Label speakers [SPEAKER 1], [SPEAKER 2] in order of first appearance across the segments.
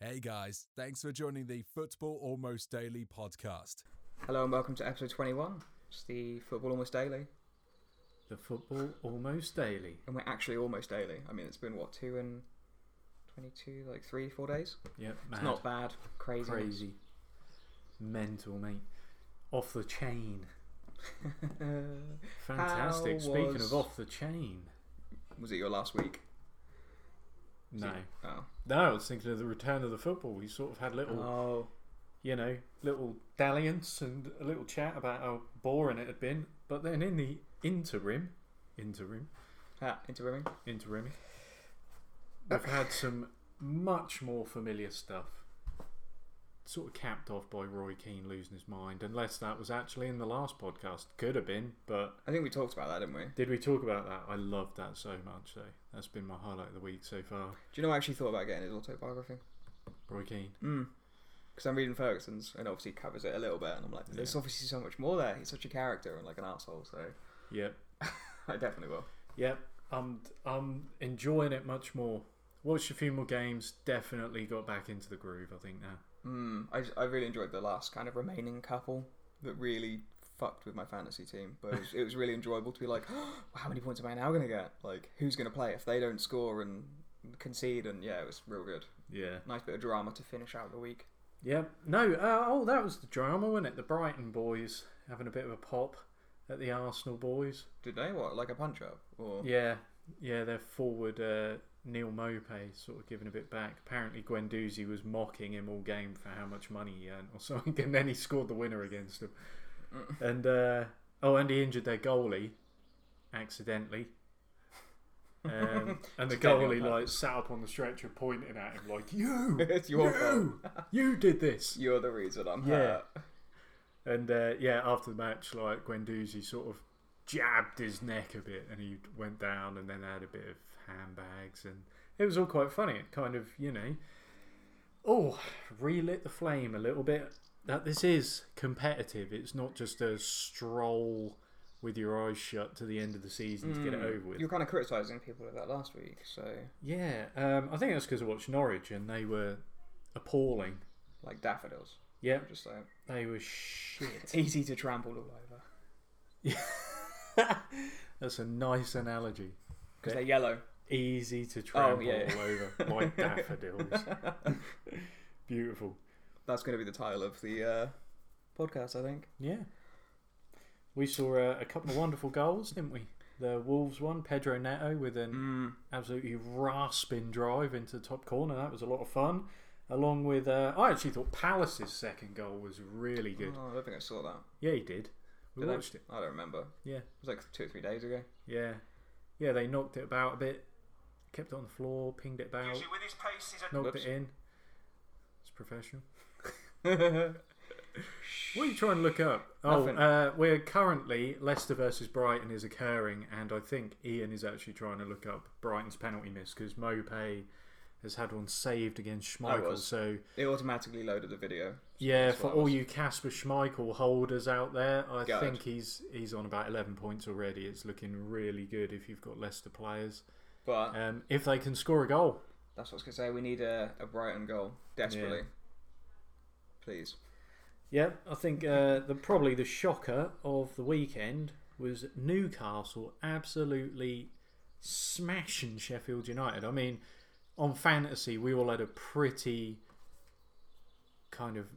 [SPEAKER 1] Hey guys, thanks for joining the Football Almost Daily podcast.
[SPEAKER 2] Hello and welcome to episode 21. It's the Football Almost Daily.
[SPEAKER 3] The football almost daily.
[SPEAKER 2] And we're actually almost daily. I mean, it's been, what, two and 22, like three, four days?
[SPEAKER 3] Yep, mad.
[SPEAKER 2] It's not bad. Crazy.
[SPEAKER 3] crazy, mental, mate. Off the chain. Fantastic.
[SPEAKER 2] How
[SPEAKER 3] Speaking
[SPEAKER 2] was-
[SPEAKER 3] of off the chain,
[SPEAKER 2] Was it your last week?
[SPEAKER 3] no,
[SPEAKER 2] Oh.
[SPEAKER 3] no. I was thinking of the return of the football. We sort of had little,
[SPEAKER 2] Oh.
[SPEAKER 3] you know, little dalliance and a little chat about how boring it had been. But then in the interim, interim,
[SPEAKER 2] Ah, into women.
[SPEAKER 3] interim, we've had some much more familiar stuff. Sort of capped off by Roy Keane losing his mind, unless that was actually in the last podcast. Could have been, but
[SPEAKER 2] I think we talked about that, didn't we? Do
[SPEAKER 3] Did we talk about that? I loved that so much, though. That's been my highlight of the week so far.
[SPEAKER 2] you know I actually thought about getting his autobiography?
[SPEAKER 3] Roy Keane.
[SPEAKER 2] Mm. Because I'm reading Ferguson's and obviously covers it a little bit, and I'm like, there's
[SPEAKER 3] Yeah.
[SPEAKER 2] obviously so much more there. He's such a character and like an asshole, so
[SPEAKER 3] Yep.
[SPEAKER 2] I definitely will.
[SPEAKER 3] Yep. I'm, I'm enjoying it much more. Watched a few more games. Definitely got back into the groove, I think, now.
[SPEAKER 2] Mm, I, I really enjoyed the last kind of remaining couple that really fucked with my fantasy team, but it was, it was really enjoyable to be like, how many points am I now going to get? Like, who's going to play if they don't score and concede? And yeah, it was real good.
[SPEAKER 3] Yeah.
[SPEAKER 2] Nice bit of drama to finish out the week.
[SPEAKER 3] Yep. No, uh, oh, that was the drama, wasn't it? The Brighton boys having a bit of a pop at the Arsenal boys.
[SPEAKER 2] Did they what? Like a punch up? Or
[SPEAKER 3] Yeah. Yeah, their forward, uh, Neil Mopey, sort of giving a bit back. Apparently, Guendouzi was mocking him all game for how much money he earned or something, and then he scored the winner against him.
[SPEAKER 2] Mm.
[SPEAKER 3] and uh, oh, and he injured their goalie accidentally. Um, and the
[SPEAKER 2] It's getting
[SPEAKER 3] goalie
[SPEAKER 2] on
[SPEAKER 3] like sat up on the stretcher, pointing at him like, "You,
[SPEAKER 2] It's your
[SPEAKER 3] you, you did this."
[SPEAKER 2] you're the reason I'm
[SPEAKER 3] Yeah.
[SPEAKER 2] hurt.
[SPEAKER 3] And uh, yeah, after the match, like Guendouzi sort of jabbed his neck a bit, and he went down, and then had a bit of handbags, and it was all quite funny. It kind of, you know, oh, relit the flame a little bit. That this is competitive. It's not just a stroll with your eyes shut to the end of the season to
[SPEAKER 2] Oh,
[SPEAKER 3] get it over with.
[SPEAKER 2] Mm. You were kind of criticising people of that last week, so
[SPEAKER 3] Yeah, um, I think that's because I watched Norwich, and they were appalling.
[SPEAKER 2] like daffodils.
[SPEAKER 3] Yeah,
[SPEAKER 2] I'm just like
[SPEAKER 3] they were shit.
[SPEAKER 2] easy to trample all over
[SPEAKER 3] That's a nice analogy.
[SPEAKER 2] because they're yellow.
[SPEAKER 3] easy to trample
[SPEAKER 2] Oh, yeah.
[SPEAKER 3] all over like daffodils. Beautiful.
[SPEAKER 2] That's going to be the title of the uh, podcast, I think.
[SPEAKER 3] Yeah. We saw uh, a couple of wonderful goals, didn't we? The Wolves one, Pedro Neto with an
[SPEAKER 2] Mm.
[SPEAKER 3] absolutely rasping drive into the top corner. That was a lot of fun. Along with, uh, I actually thought Palace's second goal was really good.
[SPEAKER 2] Oh, I don't think I saw that.
[SPEAKER 3] Yeah, he did. We
[SPEAKER 2] Did I?
[SPEAKER 3] watched it.
[SPEAKER 2] I don't remember. It
[SPEAKER 3] Yeah,
[SPEAKER 2] was like two or three days ago.
[SPEAKER 3] yeah, yeah. They knocked it about a bit, kept it on the floor, pinged it about,
[SPEAKER 4] Usually with his pace, he's a
[SPEAKER 3] knocked
[SPEAKER 2] Whoops.
[SPEAKER 3] it in. It's professional. What are you trying to look up? Oh,
[SPEAKER 2] Nothing.
[SPEAKER 3] uh, we're currently Leicester versus Brighton is occurring, and I think Ian is actually trying to look up Brighton's penalty miss because Mopey has had one saved against Schmeichel.
[SPEAKER 2] was.
[SPEAKER 3] So
[SPEAKER 2] It automatically loaded the video.
[SPEAKER 3] yeah,
[SPEAKER 2] That's
[SPEAKER 3] for
[SPEAKER 2] what I was-
[SPEAKER 3] all you Casper Schmeichel holders out there, I
[SPEAKER 2] Gutted.
[SPEAKER 3] think he's he's on about eleven points already. It's looking really good if you've got Leicester players.
[SPEAKER 2] But
[SPEAKER 3] Um, if they can score a goal,
[SPEAKER 2] that's what I was going to say. We need a, a Brighton goal desperately.
[SPEAKER 3] Yeah.
[SPEAKER 2] Please.
[SPEAKER 3] yeah, I think uh, the probably the shocker of the weekend was Newcastle absolutely smashing Sheffield United. I mean, on fantasy, we all had a pretty kind of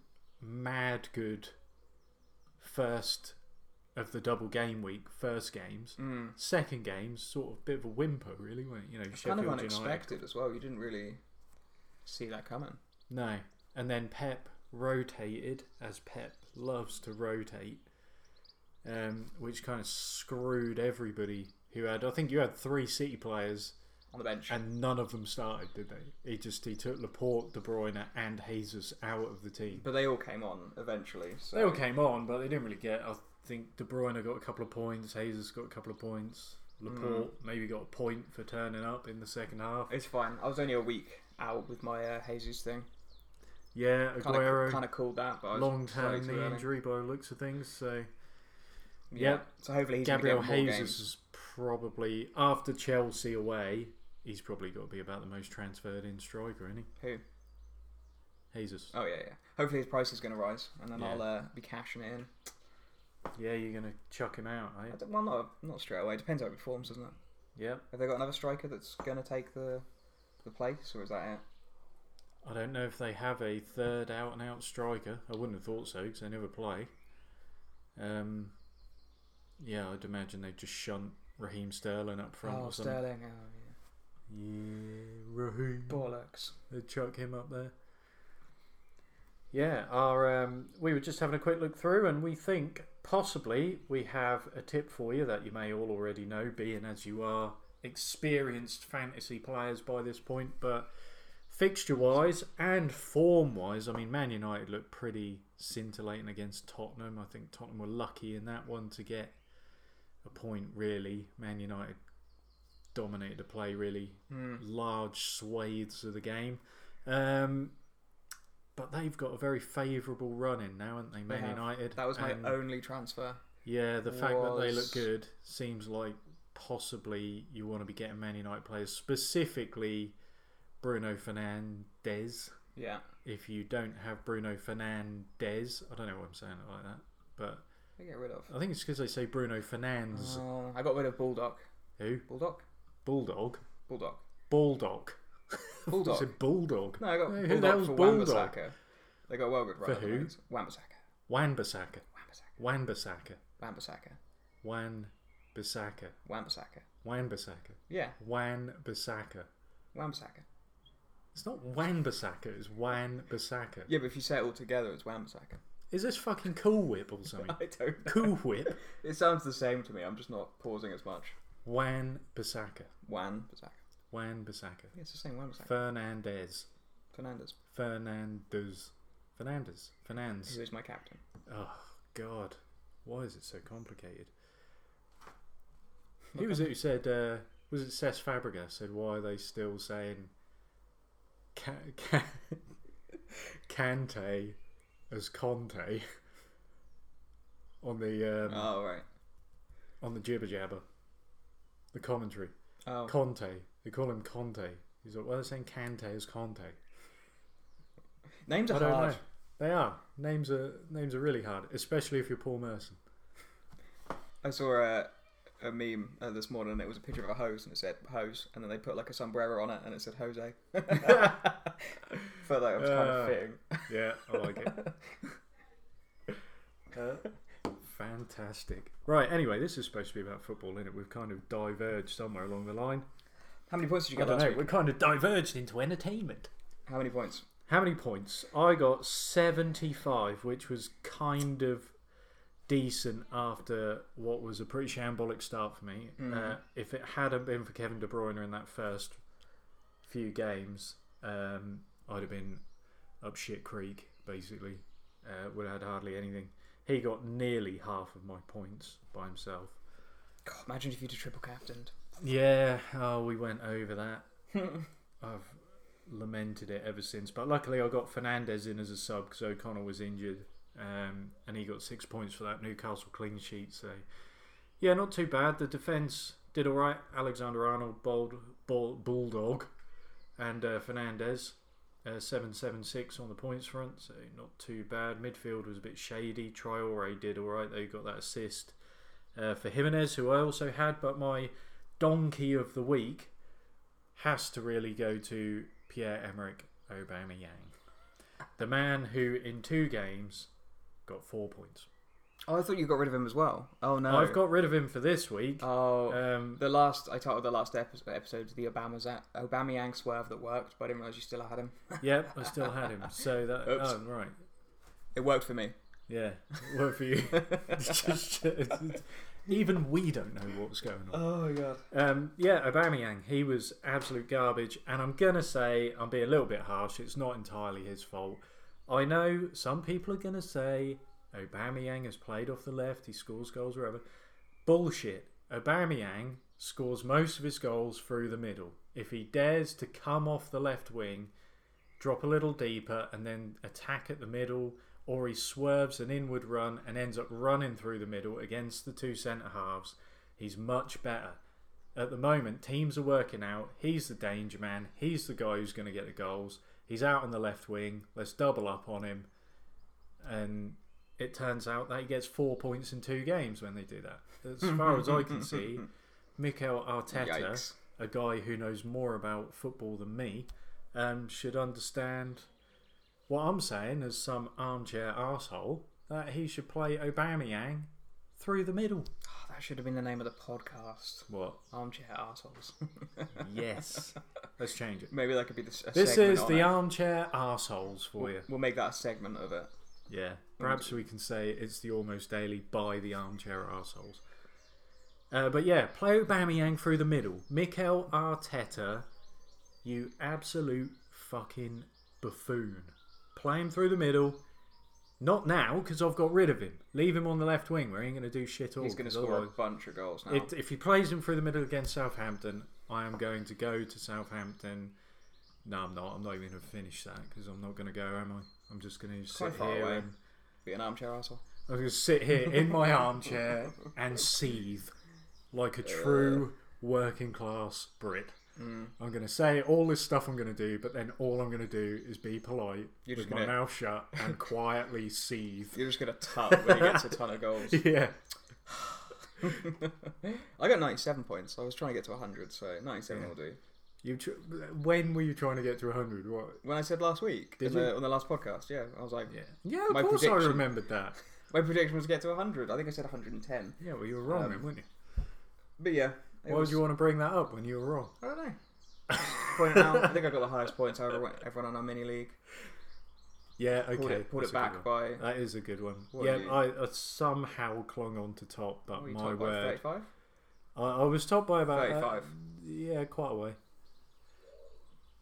[SPEAKER 3] mad good first of the double game week, first games,
[SPEAKER 2] Mm.
[SPEAKER 3] second games, sort of bit of a whimper, really, weren't it? You know, Sheffield
[SPEAKER 2] kind of
[SPEAKER 3] United.
[SPEAKER 2] unexpected as well. You didn't really see that coming.
[SPEAKER 3] No. And then Pep rotated, as Pep loves to rotate, um, which kind of screwed everybody who had. I think you had three City players,
[SPEAKER 2] On the bench.
[SPEAKER 3] and none of them started, did they? He just he took Laporte, De Bruyne, and Jesus out of the team.
[SPEAKER 2] but they all came on eventually. So
[SPEAKER 3] They all came on, but they didn't really get. I think De Bruyne got a couple of points, Jesus got a couple of points, Laporte maybe got a point for turning up in the second half.
[SPEAKER 2] It's fine. I was only a week out with my uh, Jesus thing.
[SPEAKER 3] Yeah,
[SPEAKER 2] Kind
[SPEAKER 3] Aguero,
[SPEAKER 2] of, kind of cooled that, but I was
[SPEAKER 3] long
[SPEAKER 2] slightly
[SPEAKER 3] term
[SPEAKER 2] too
[SPEAKER 3] knee
[SPEAKER 2] early.
[SPEAKER 3] injury by the looks of things, so.
[SPEAKER 2] Yeah.
[SPEAKER 3] Yep.
[SPEAKER 2] So hopefully he's
[SPEAKER 3] Gabriel
[SPEAKER 2] gonna get more
[SPEAKER 3] Jesus
[SPEAKER 2] games.
[SPEAKER 3] is probably after Chelsea away. He's probably got to be about the most transferred in striker, isn't he?
[SPEAKER 2] Who?
[SPEAKER 3] Jesus.
[SPEAKER 2] Oh yeah, yeah. Hopefully his price is going to rise, and then
[SPEAKER 3] Yeah.
[SPEAKER 2] I'll uh, be cashing it in.
[SPEAKER 3] Yeah, you're gonna chuck him out,
[SPEAKER 2] I
[SPEAKER 3] right?
[SPEAKER 2] don't- well, not not straight away. Depends how it performs, doesn't it?
[SPEAKER 3] Yep.
[SPEAKER 2] Have they got another striker that's going to take the the place, or is that it?
[SPEAKER 3] I don't know if they have a third out and out striker. I wouldn't have thought so because they never play. Um, yeah, I'd imagine they'd just shunt Raheem Sterling up front
[SPEAKER 2] oh,
[SPEAKER 3] or something.
[SPEAKER 2] Sterling. Oh,
[SPEAKER 3] Yeah, Raheem.
[SPEAKER 2] yeah. Bollocks.
[SPEAKER 3] They chuck him up there. Yeah, our um, we were just having a quick look through, and we think possibly we have a tip for you that you may all already know, being as you are experienced fantasy players by this point. But fixture wise and form wise, I mean, Man United looked pretty scintillating against Tottenham. I think Tottenham were lucky in that one to get a point. Really, Man United dominated the play really
[SPEAKER 2] Hmm.
[SPEAKER 3] large swathes of the game. Um, but they've got a very favourable run in now, haven't they? Man
[SPEAKER 2] have.
[SPEAKER 3] United.
[SPEAKER 2] That was my
[SPEAKER 3] And,
[SPEAKER 2] only transfer.
[SPEAKER 3] Yeah, the fact that they look
[SPEAKER 2] was-
[SPEAKER 3] good seems like possibly you want to be getting Man United players, specifically Bruno Fernandes.
[SPEAKER 2] Yeah.
[SPEAKER 3] If you don't have Bruno Fernandes, I don't know what I'm saying it like that, but
[SPEAKER 2] They get rid of.
[SPEAKER 3] I think it's because they say Bruno Fernandes.
[SPEAKER 2] Oh, I got rid of Bulldog.
[SPEAKER 3] Who?
[SPEAKER 2] Bulldog.
[SPEAKER 3] Bulldog.
[SPEAKER 2] Bulldog.
[SPEAKER 3] Bulldog.
[SPEAKER 2] Bulldog.
[SPEAKER 3] It's a bulldog.
[SPEAKER 2] No, I got
[SPEAKER 3] Who the
[SPEAKER 2] Bulldog
[SPEAKER 3] hell's
[SPEAKER 2] for
[SPEAKER 3] Bulldog?
[SPEAKER 2] Wambasaka. They got Welwood right.
[SPEAKER 3] For
[SPEAKER 2] at the
[SPEAKER 3] who?
[SPEAKER 2] moment. Wambasaka.
[SPEAKER 3] Wan-Bissaka.
[SPEAKER 2] Wambasaka.
[SPEAKER 3] Wan-Bissaka.
[SPEAKER 2] Wambasaka.
[SPEAKER 3] Wan-Bissaka.
[SPEAKER 2] Wambasaka.
[SPEAKER 3] Wan-Bissaka.
[SPEAKER 2] Yeah.
[SPEAKER 3] Wan-Bissaka.
[SPEAKER 2] Wambasaka.
[SPEAKER 3] It's not Wan-Bissaka, it's Wan-Bissaka.
[SPEAKER 2] Yeah, but if you say it all together, it's Wambasaka.
[SPEAKER 3] Is this fucking Cool Whip or something?
[SPEAKER 2] I don't know.
[SPEAKER 3] cool Whip?
[SPEAKER 2] It sounds the same to me. I'm just not pausing as much.
[SPEAKER 3] Wan-Bissaka.
[SPEAKER 2] Wambasaka.
[SPEAKER 3] Wan-Bissaka.
[SPEAKER 2] Yeah, it's the same Wambasaka.
[SPEAKER 3] Fernandez.
[SPEAKER 2] Fernandez,
[SPEAKER 3] Fernandez. Fernandez. Fernandes.
[SPEAKER 2] who is my captain.
[SPEAKER 3] Oh, God. Why is it so complicated? Who was it who said, uh, was it Cesc Fabregas said, why are they still saying Ca- Ca- Kante as Conte on the um,
[SPEAKER 2] Oh right.
[SPEAKER 3] on the jibber jabber, the commentary?
[SPEAKER 2] Oh,
[SPEAKER 3] Conte. They call him Conte. He's like, why are they saying Kante as Conte?
[SPEAKER 2] names
[SPEAKER 3] I
[SPEAKER 2] are
[SPEAKER 3] don't
[SPEAKER 2] hard.
[SPEAKER 3] know. They are. Names are names are really hard, especially if you're Paul Merson.
[SPEAKER 2] I saw a, a meme uh, this morning. and It was a picture of a hose, and it said hose, and then they put like a sombrero on it, and it said Jose. Felt like it was kind
[SPEAKER 3] Uh.
[SPEAKER 2] of fitting.
[SPEAKER 3] Yeah, I like it. uh, Fantastic. Right, anyway, this is supposed to be about football, innit? We've kind of diverged somewhere along the line.
[SPEAKER 2] How many points did you
[SPEAKER 3] I
[SPEAKER 2] get
[SPEAKER 3] don't know,
[SPEAKER 2] last
[SPEAKER 3] we're
[SPEAKER 2] week?
[SPEAKER 3] kind of diverged into entertainment.
[SPEAKER 2] How many points?
[SPEAKER 3] How many points? I got 75, which was kind of decent after what was a pretty shambolic start for me. Uh, if it hadn't been for Kevin De Bruyne in that first few games, um, I'd have been up shit creek, basically. Uh, would have had hardly anything. He got nearly half of my points by himself.
[SPEAKER 2] God, imagine if you'd have triple captained.
[SPEAKER 3] Yeah, oh, we went over that. I've lamented it ever since. But luckily, I got Fernandez in as a sub because O'Connell was injured, um, and he got six points for that Newcastle clean sheet. So, yeah, not too bad. The defence did all right. Alexander Arnold, bold, bold, bulldog, and uh, Fernandez. Uh, 776 on the points front, so not too bad. Midfield was a bit shady. Traore did all right, though, he got that assist uh, for Jimenez, who I also had, but my donkey of the week has to really go to Pierre Emerick Aubameyang, the man who in two games got four points.
[SPEAKER 2] Oh, I thought you got rid of him as well. Oh no.
[SPEAKER 3] I've got rid of him for this week.
[SPEAKER 2] Oh.
[SPEAKER 3] Um,
[SPEAKER 2] the last I titled the last episode, episode the Obama's Obama swerve that worked, but I didn't realize you still had him.
[SPEAKER 3] yep, I still had him. So that
[SPEAKER 2] Oops.
[SPEAKER 3] oh right,
[SPEAKER 2] It worked for me.
[SPEAKER 3] yeah, work for you. Just- even we don't know what's going on.
[SPEAKER 2] Oh my god.
[SPEAKER 3] Um, yeah, Aubameyang, he was absolute garbage, and I'm gonna say I'm being a little bit harsh. It's not entirely his fault. I know some people are gonna say Aubameyang has played off the left, he scores goals wherever. Bullshit. Aubameyang scores most of his goals through the middle. If he dares to come off the left wing, drop a little deeper, and then attack at the middle, or he swerves an inward run and ends up running through the middle against the two centre halves, he's much better at the moment, teams are working out. He's the danger man. He's the guy who's going to get the goals. He's out in the left wing. Let's double up on him. And it turns out that he gets four points in two games when they do that. As far as I can see, Mikel Arteta,
[SPEAKER 2] Yikes.
[SPEAKER 3] a guy who knows more about football than me, um, should understand what I'm saying as some armchair arsehole that he should play Aubameyang through the middle.
[SPEAKER 2] Oh, that should have been the name of the podcast.
[SPEAKER 3] What?
[SPEAKER 2] Armchair assholes.
[SPEAKER 3] Mm-hmm. Yes. Let's change it.
[SPEAKER 2] Maybe that could be the. s- A
[SPEAKER 3] This
[SPEAKER 2] segment
[SPEAKER 3] is
[SPEAKER 2] on
[SPEAKER 3] the
[SPEAKER 2] it.
[SPEAKER 3] armchair arseholes for you.
[SPEAKER 2] We'll make that a segment of it.
[SPEAKER 3] Yeah. Perhaps we can say it's the almost daily by the armchair arseholes. Uh, but yeah, play Aubameyang through the middle. Mikel Arteta, you absolute fucking buffoon. Play him through the middle. Not now, because I've got rid of him. Leave him on the left wing where he ain't going to do shit all.
[SPEAKER 2] He's going to
[SPEAKER 3] 'cause
[SPEAKER 2] score a
[SPEAKER 3] otherwise-
[SPEAKER 2] bunch of goals now.
[SPEAKER 3] If, if he plays him through the middle against Southampton, I am going to go to Southampton. No, I'm not. I'm not even going to finish that because I'm not going to go, am I? I'm just going to sit
[SPEAKER 2] Quite far
[SPEAKER 3] here.
[SPEAKER 2] away.
[SPEAKER 3] And,
[SPEAKER 2] Be an armchair asshole.
[SPEAKER 3] I'm going to sit here in my armchair and seethe like a true working class Brit.
[SPEAKER 2] Mm.
[SPEAKER 3] I'm going to say all this stuff I'm going to do, but then all I'm going to do is be polite
[SPEAKER 2] You're
[SPEAKER 3] with
[SPEAKER 2] just
[SPEAKER 3] my
[SPEAKER 2] gonna-
[SPEAKER 3] mouth shut and quietly seethe.
[SPEAKER 2] You're just going to tut when he gets a ton of goals.
[SPEAKER 3] Yeah.
[SPEAKER 2] I got 97 points. I was trying to get to 100, so 97 will do.
[SPEAKER 3] You. Tr- when were you trying to get to 100? What?
[SPEAKER 2] When I said last week,
[SPEAKER 3] Did
[SPEAKER 2] in
[SPEAKER 3] you?
[SPEAKER 2] the, on the last podcast, yeah, I was like,
[SPEAKER 3] Yeah. Yeah, of
[SPEAKER 2] My
[SPEAKER 3] course I
[SPEAKER 2] prediction-
[SPEAKER 3] remembered that.
[SPEAKER 2] my prediction was to get to 100. I think I said 110.
[SPEAKER 3] Yeah, well, you were wrong then, weren't you?
[SPEAKER 2] But yeah. it
[SPEAKER 3] Why
[SPEAKER 2] was-
[SPEAKER 3] would you want to bring that up when you were wrong?
[SPEAKER 2] I don't know. Point out, I think I got the highest points out of everyone- everyone on our mini league.
[SPEAKER 3] Yeah, okay.
[SPEAKER 2] Pulled it, pulled
[SPEAKER 3] that's
[SPEAKER 2] it
[SPEAKER 3] a good
[SPEAKER 2] back by.
[SPEAKER 3] one. That is a good one.
[SPEAKER 2] What
[SPEAKER 3] yeah,
[SPEAKER 2] are you-
[SPEAKER 3] I, I somehow clung on to top, but
[SPEAKER 2] what were you
[SPEAKER 3] my
[SPEAKER 2] talking about,
[SPEAKER 3] word.
[SPEAKER 2] 35?
[SPEAKER 3] I, I was top by about. uh,
[SPEAKER 2] 35.
[SPEAKER 3] yeah, quite a way.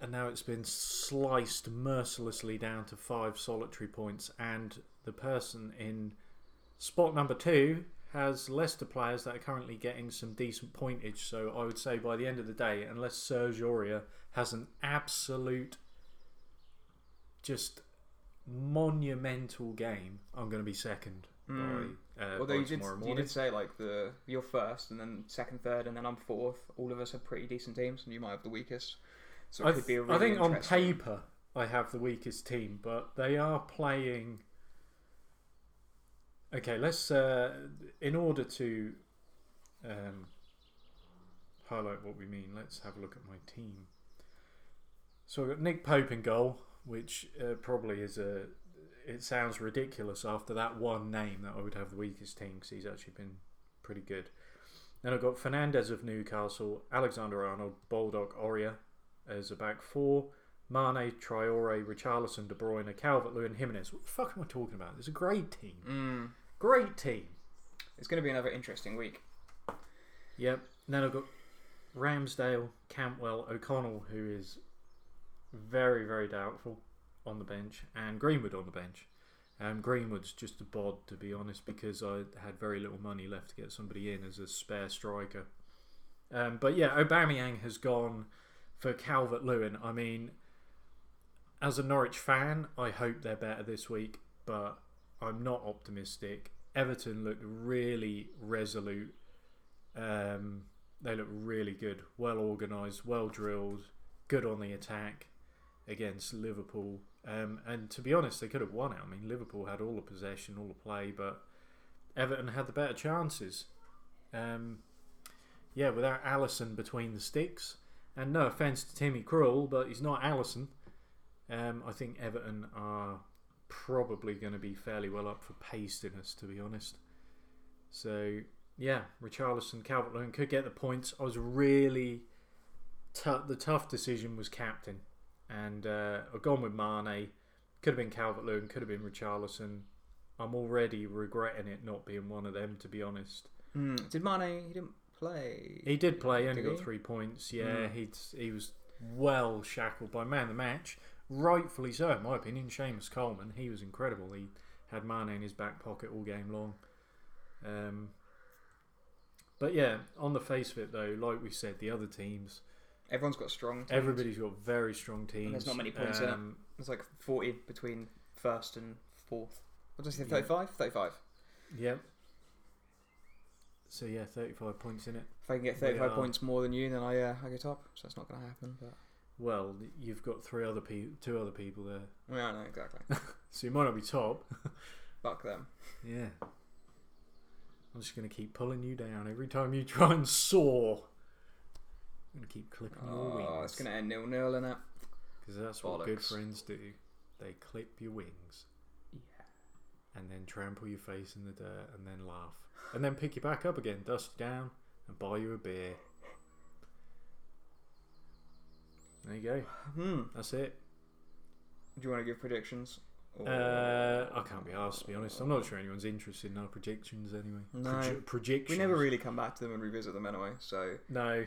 [SPEAKER 3] And now it's been sliced mercilessly down to five solitary points, and the person in spot number two has Leicester players that are currently getting some decent pointage. So I would say by the end of the day, unless Serge Aurier has an absolute, just monumental game, I'm going to be second. By, uh,
[SPEAKER 2] Hmm. Although
[SPEAKER 3] by
[SPEAKER 2] you did,
[SPEAKER 3] tomorrow
[SPEAKER 2] you
[SPEAKER 3] morning.
[SPEAKER 2] did say like the you're first, and then second, third, and then I'm fourth. All of us are pretty decent teams, and you might have the weakest. So it
[SPEAKER 3] I,
[SPEAKER 2] could be a
[SPEAKER 3] th-
[SPEAKER 2] really
[SPEAKER 3] I think on
[SPEAKER 2] interesting-
[SPEAKER 3] paper I have the weakest team, but they are playing. Okay, let's. Uh, in order to um, highlight what we mean, let's have a look at my team. So I've got Nick Pope in goal, which uh, probably is a. It sounds ridiculous after that one name that I would have the weakest team because he's actually been pretty good. Then I've got Fernandez of Newcastle, Alexander Arnold, Baldock, Oria as a back four. Mane, Traore, Richarlison, De Bruyne, Calvert Lewin, Jimenez. What the fuck am I talking about? It's a great team.
[SPEAKER 2] Mm.
[SPEAKER 3] Great team.
[SPEAKER 2] It's going to be another interesting week.
[SPEAKER 3] Yep. And then I've got Ramsdale, Campbell, O'Connell, who is very, very doubtful on the bench, and Greenwood on the bench. Um, Greenwood's just a bod, to be honest, because I had very little money left to get somebody in as a spare striker. Um, but yeah, Aubameyang has gone for Calvert Lewin. I mean, as a Norwich fan, I hope they're better this week, but I'm not optimistic. Everton looked really resolute um, they look really good, well organised, well drilled, good on the attack against Liverpool. Um, and to be honest, they could have won it. I mean, Liverpool had all the possession, all the play, but Everton had the better chances. Um, yeah, without Allison between the sticks. And no offence to Timmy Krull, but he's not Allison. Um, I think Everton are probably going to be fairly well up for pasting us, to be honest. So yeah, Richarlison, Calvert Lewin could get the points. I was really t- the tough decision was captain, and uh, I've gone with Mane. Could have been Calvert Lewin, could have been Richarlison. I'm already regretting it not being one of them, to be honest.
[SPEAKER 2] Hmm. Did Mane? He didn't play.
[SPEAKER 3] He did play, only
[SPEAKER 2] Did
[SPEAKER 3] got
[SPEAKER 2] he? Hmm.
[SPEAKER 3] three points. Yeah, he'd, he was well shackled by man of the match. Rightfully so, in my opinion. Seamus Coleman, he was incredible. He had Mane in his back pocket all game long. Um, but yeah, on the face of it, though, like we said, the other teams,
[SPEAKER 2] Everyone's got strong. teams.
[SPEAKER 3] everybody's got very strong teams. Um,
[SPEAKER 2] there's not many points in it. There's like 40 between first and fourth. What did I say? 35? 35.
[SPEAKER 3] Yep. So yeah, 35 points in it.
[SPEAKER 2] If I can get
[SPEAKER 3] We
[SPEAKER 2] 35
[SPEAKER 3] are-
[SPEAKER 2] points more than you, then I uh, I get top. So that's not going to happen. But
[SPEAKER 3] Well, you've got three other pe- two other people there,
[SPEAKER 2] Yeah, I know exactly.
[SPEAKER 3] so you might not be top.
[SPEAKER 2] Fuck them.
[SPEAKER 3] Yeah. I'm just going to keep pulling you down every time you try and soar. I'm going to keep clipping your
[SPEAKER 2] Oh,
[SPEAKER 3] wings.
[SPEAKER 2] it's gonna end nil nil in it.
[SPEAKER 3] Because that's what good
[SPEAKER 2] Bollocks.
[SPEAKER 3] friends do. They clip your wings. And then trample your face in the dirt and then laugh. And then pick you back up again, dust you down, and buy you a beer. There you go.
[SPEAKER 2] Hmm.
[SPEAKER 3] That's it.
[SPEAKER 2] Do you want to give predictions? Or-
[SPEAKER 3] Uh, I can't be asked, to be honest. I'm not sure anyone's interested in our predictions anyway.
[SPEAKER 2] No.
[SPEAKER 3] Proje-
[SPEAKER 2] we
[SPEAKER 3] projections.
[SPEAKER 2] never really come back to them and revisit them anyway. So
[SPEAKER 3] No,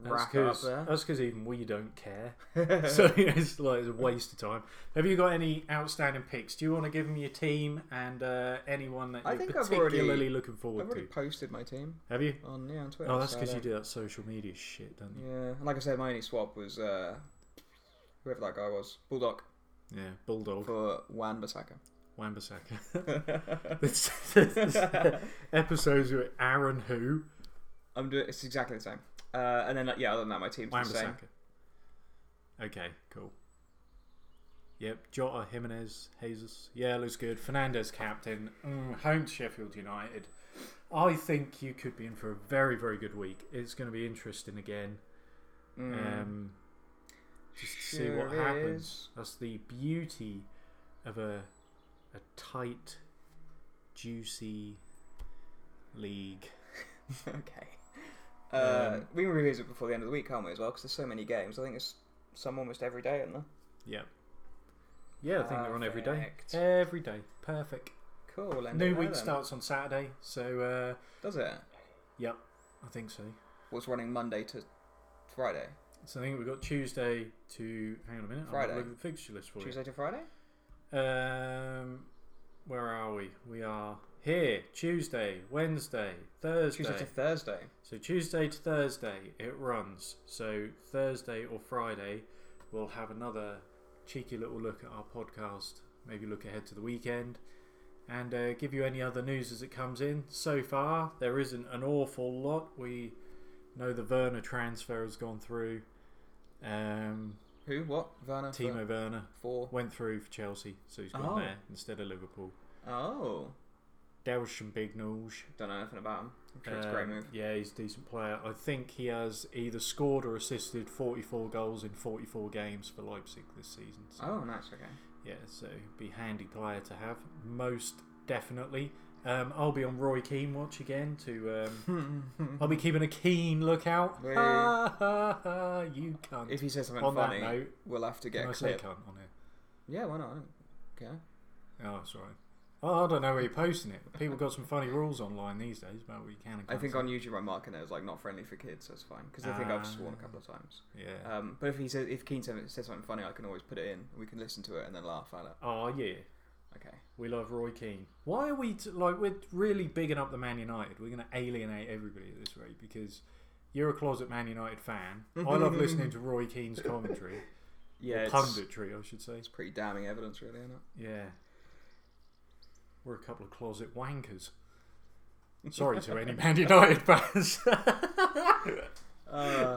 [SPEAKER 2] wrap it up
[SPEAKER 3] That's
[SPEAKER 2] there.
[SPEAKER 3] because even we don't care. so yeah, it's like it's a waste of time. Have you got any outstanding picks? Do you want to give them your team and uh, anyone that
[SPEAKER 2] I
[SPEAKER 3] you're
[SPEAKER 2] think I've
[SPEAKER 3] particularly
[SPEAKER 2] already-
[SPEAKER 3] looking
[SPEAKER 2] I've
[SPEAKER 3] forward
[SPEAKER 2] already
[SPEAKER 3] to?
[SPEAKER 2] posted my team
[SPEAKER 3] Have you?
[SPEAKER 2] on yeah on Twitter.
[SPEAKER 3] Oh, that's
[SPEAKER 2] so
[SPEAKER 3] because you
[SPEAKER 2] there.
[SPEAKER 3] do that social media shit, don't you?
[SPEAKER 2] Yeah, and like I said, my only swap was uh, whoever that guy was, Bulldog
[SPEAKER 3] Yeah, Bulldog,
[SPEAKER 2] for Wan Bissaka.
[SPEAKER 3] Wambasaka. This- this- this episodes with Aaron who
[SPEAKER 2] I'm doing it's exactly the same. Uh, and then uh, yeah, other than that, my team's the same.
[SPEAKER 3] Wambasaka. Okay, cool. Yep, Jota, Jimenez, Jesus. Yeah, looks good. Fernandez, captain. Mm, home to Sheffield United. I think you could be in for a very, very good week. It's going to be interesting again.
[SPEAKER 2] Mm.
[SPEAKER 3] Um, just to see
[SPEAKER 2] Sure
[SPEAKER 3] what happens.
[SPEAKER 2] is.
[SPEAKER 3] That's the beauty of a a tight, juicy league.
[SPEAKER 2] okay. Uh,
[SPEAKER 3] Um,
[SPEAKER 2] we can revisit it before the end of the week, can't we? As well, because there's so many games. I think it's some almost every day, isn't there?
[SPEAKER 3] Yeah. Yeah, I think they're on every day.
[SPEAKER 2] Perfect.
[SPEAKER 3] Every day. Perfect.
[SPEAKER 2] Cool. we'll end it
[SPEAKER 3] New
[SPEAKER 2] there
[SPEAKER 3] week
[SPEAKER 2] then.
[SPEAKER 3] starts on Saturday, so uh,
[SPEAKER 2] Does it?
[SPEAKER 3] yep, I think so.
[SPEAKER 2] What's running Monday to Friday?
[SPEAKER 3] So I think we've got Tuesday to hang on a minute. I'll have a
[SPEAKER 2] Friday.
[SPEAKER 3] look at the fixture list for
[SPEAKER 2] Tuesday to Friday.
[SPEAKER 3] you. Um, where are we? We are here. Tuesday, Wednesday, Thursday.
[SPEAKER 2] Tuesday to Thursday.
[SPEAKER 3] so Tuesday to Thursday it runs. So Thursday or Friday, we'll have another cheeky little look at our podcast. Maybe look ahead to the weekend. and uh, give you any other news as it comes in. So far, there isn't an awful lot. We know the Werner transfer has gone through. Um,
[SPEAKER 2] Who? What? Werner. for-
[SPEAKER 3] Timo Werner
[SPEAKER 2] For.
[SPEAKER 3] went through for Chelsea, so he's gone
[SPEAKER 2] Oh.
[SPEAKER 3] there instead of Liverpool.
[SPEAKER 2] Oh.
[SPEAKER 3] Delsh and Big Nulge.
[SPEAKER 2] Don't know anything about him. I'm sure it's a great
[SPEAKER 3] Um,
[SPEAKER 2] move.
[SPEAKER 3] Yeah, he's a decent player. I think he has either scored or assisted 44 goals in 44 games for Leipzig this season. So,
[SPEAKER 2] Oh, nice. Okay.
[SPEAKER 3] Yeah, so be a handy player to have, most definitely. Um, I'll be on Roy Keane watch again to um, I'll be keeping a keen lookout.
[SPEAKER 2] Hey.
[SPEAKER 3] Ha, ha, ha, you cunt.
[SPEAKER 2] If he says something
[SPEAKER 3] Um, on that
[SPEAKER 2] funny,
[SPEAKER 3] note,
[SPEAKER 2] we'll have to get
[SPEAKER 3] can
[SPEAKER 2] a
[SPEAKER 3] I say
[SPEAKER 2] clip.
[SPEAKER 3] cunt on here?
[SPEAKER 2] Yeah, why not? Okay.
[SPEAKER 3] Oh, sorry. Oh, I don't know where you're posting it. People got some funny rules online these days about what you can and
[SPEAKER 2] I
[SPEAKER 3] can't.
[SPEAKER 2] think
[SPEAKER 3] say.
[SPEAKER 2] on YouTube I'm marking it as like not friendly for kids, so it's fine because I think I've sworn a
[SPEAKER 3] Ah.
[SPEAKER 2] couple of times.
[SPEAKER 3] Yeah.
[SPEAKER 2] Um, but if he says if Keen says says something funny, I can always put it in. We can listen to it and then laugh at it.
[SPEAKER 3] oh yeah.
[SPEAKER 2] Okay.
[SPEAKER 3] We love Roy Keane. Why are we t- like we're really bigging up the Man United? We're going to alienate everybody at this rate because you're a closet Man United fan. I love listening to Roy Keane's commentary,
[SPEAKER 2] Yeah,
[SPEAKER 3] or
[SPEAKER 2] it's,
[SPEAKER 3] punditry, I should say.
[SPEAKER 2] it's pretty damning evidence, really, isn't it?
[SPEAKER 3] Yeah. We're a couple of closet wankers. Sorry to any Man United fans.
[SPEAKER 2] Uh,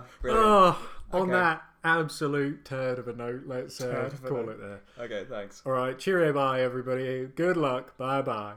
[SPEAKER 2] brilliant.
[SPEAKER 3] oh, on
[SPEAKER 2] Okay.
[SPEAKER 3] that absolute turd of a note, let's uh,
[SPEAKER 2] Turd of a
[SPEAKER 3] call
[SPEAKER 2] note.
[SPEAKER 3] it there.
[SPEAKER 2] okay, thanks.
[SPEAKER 3] All right, cheerio, bye everybody. Good luck. Bye bye.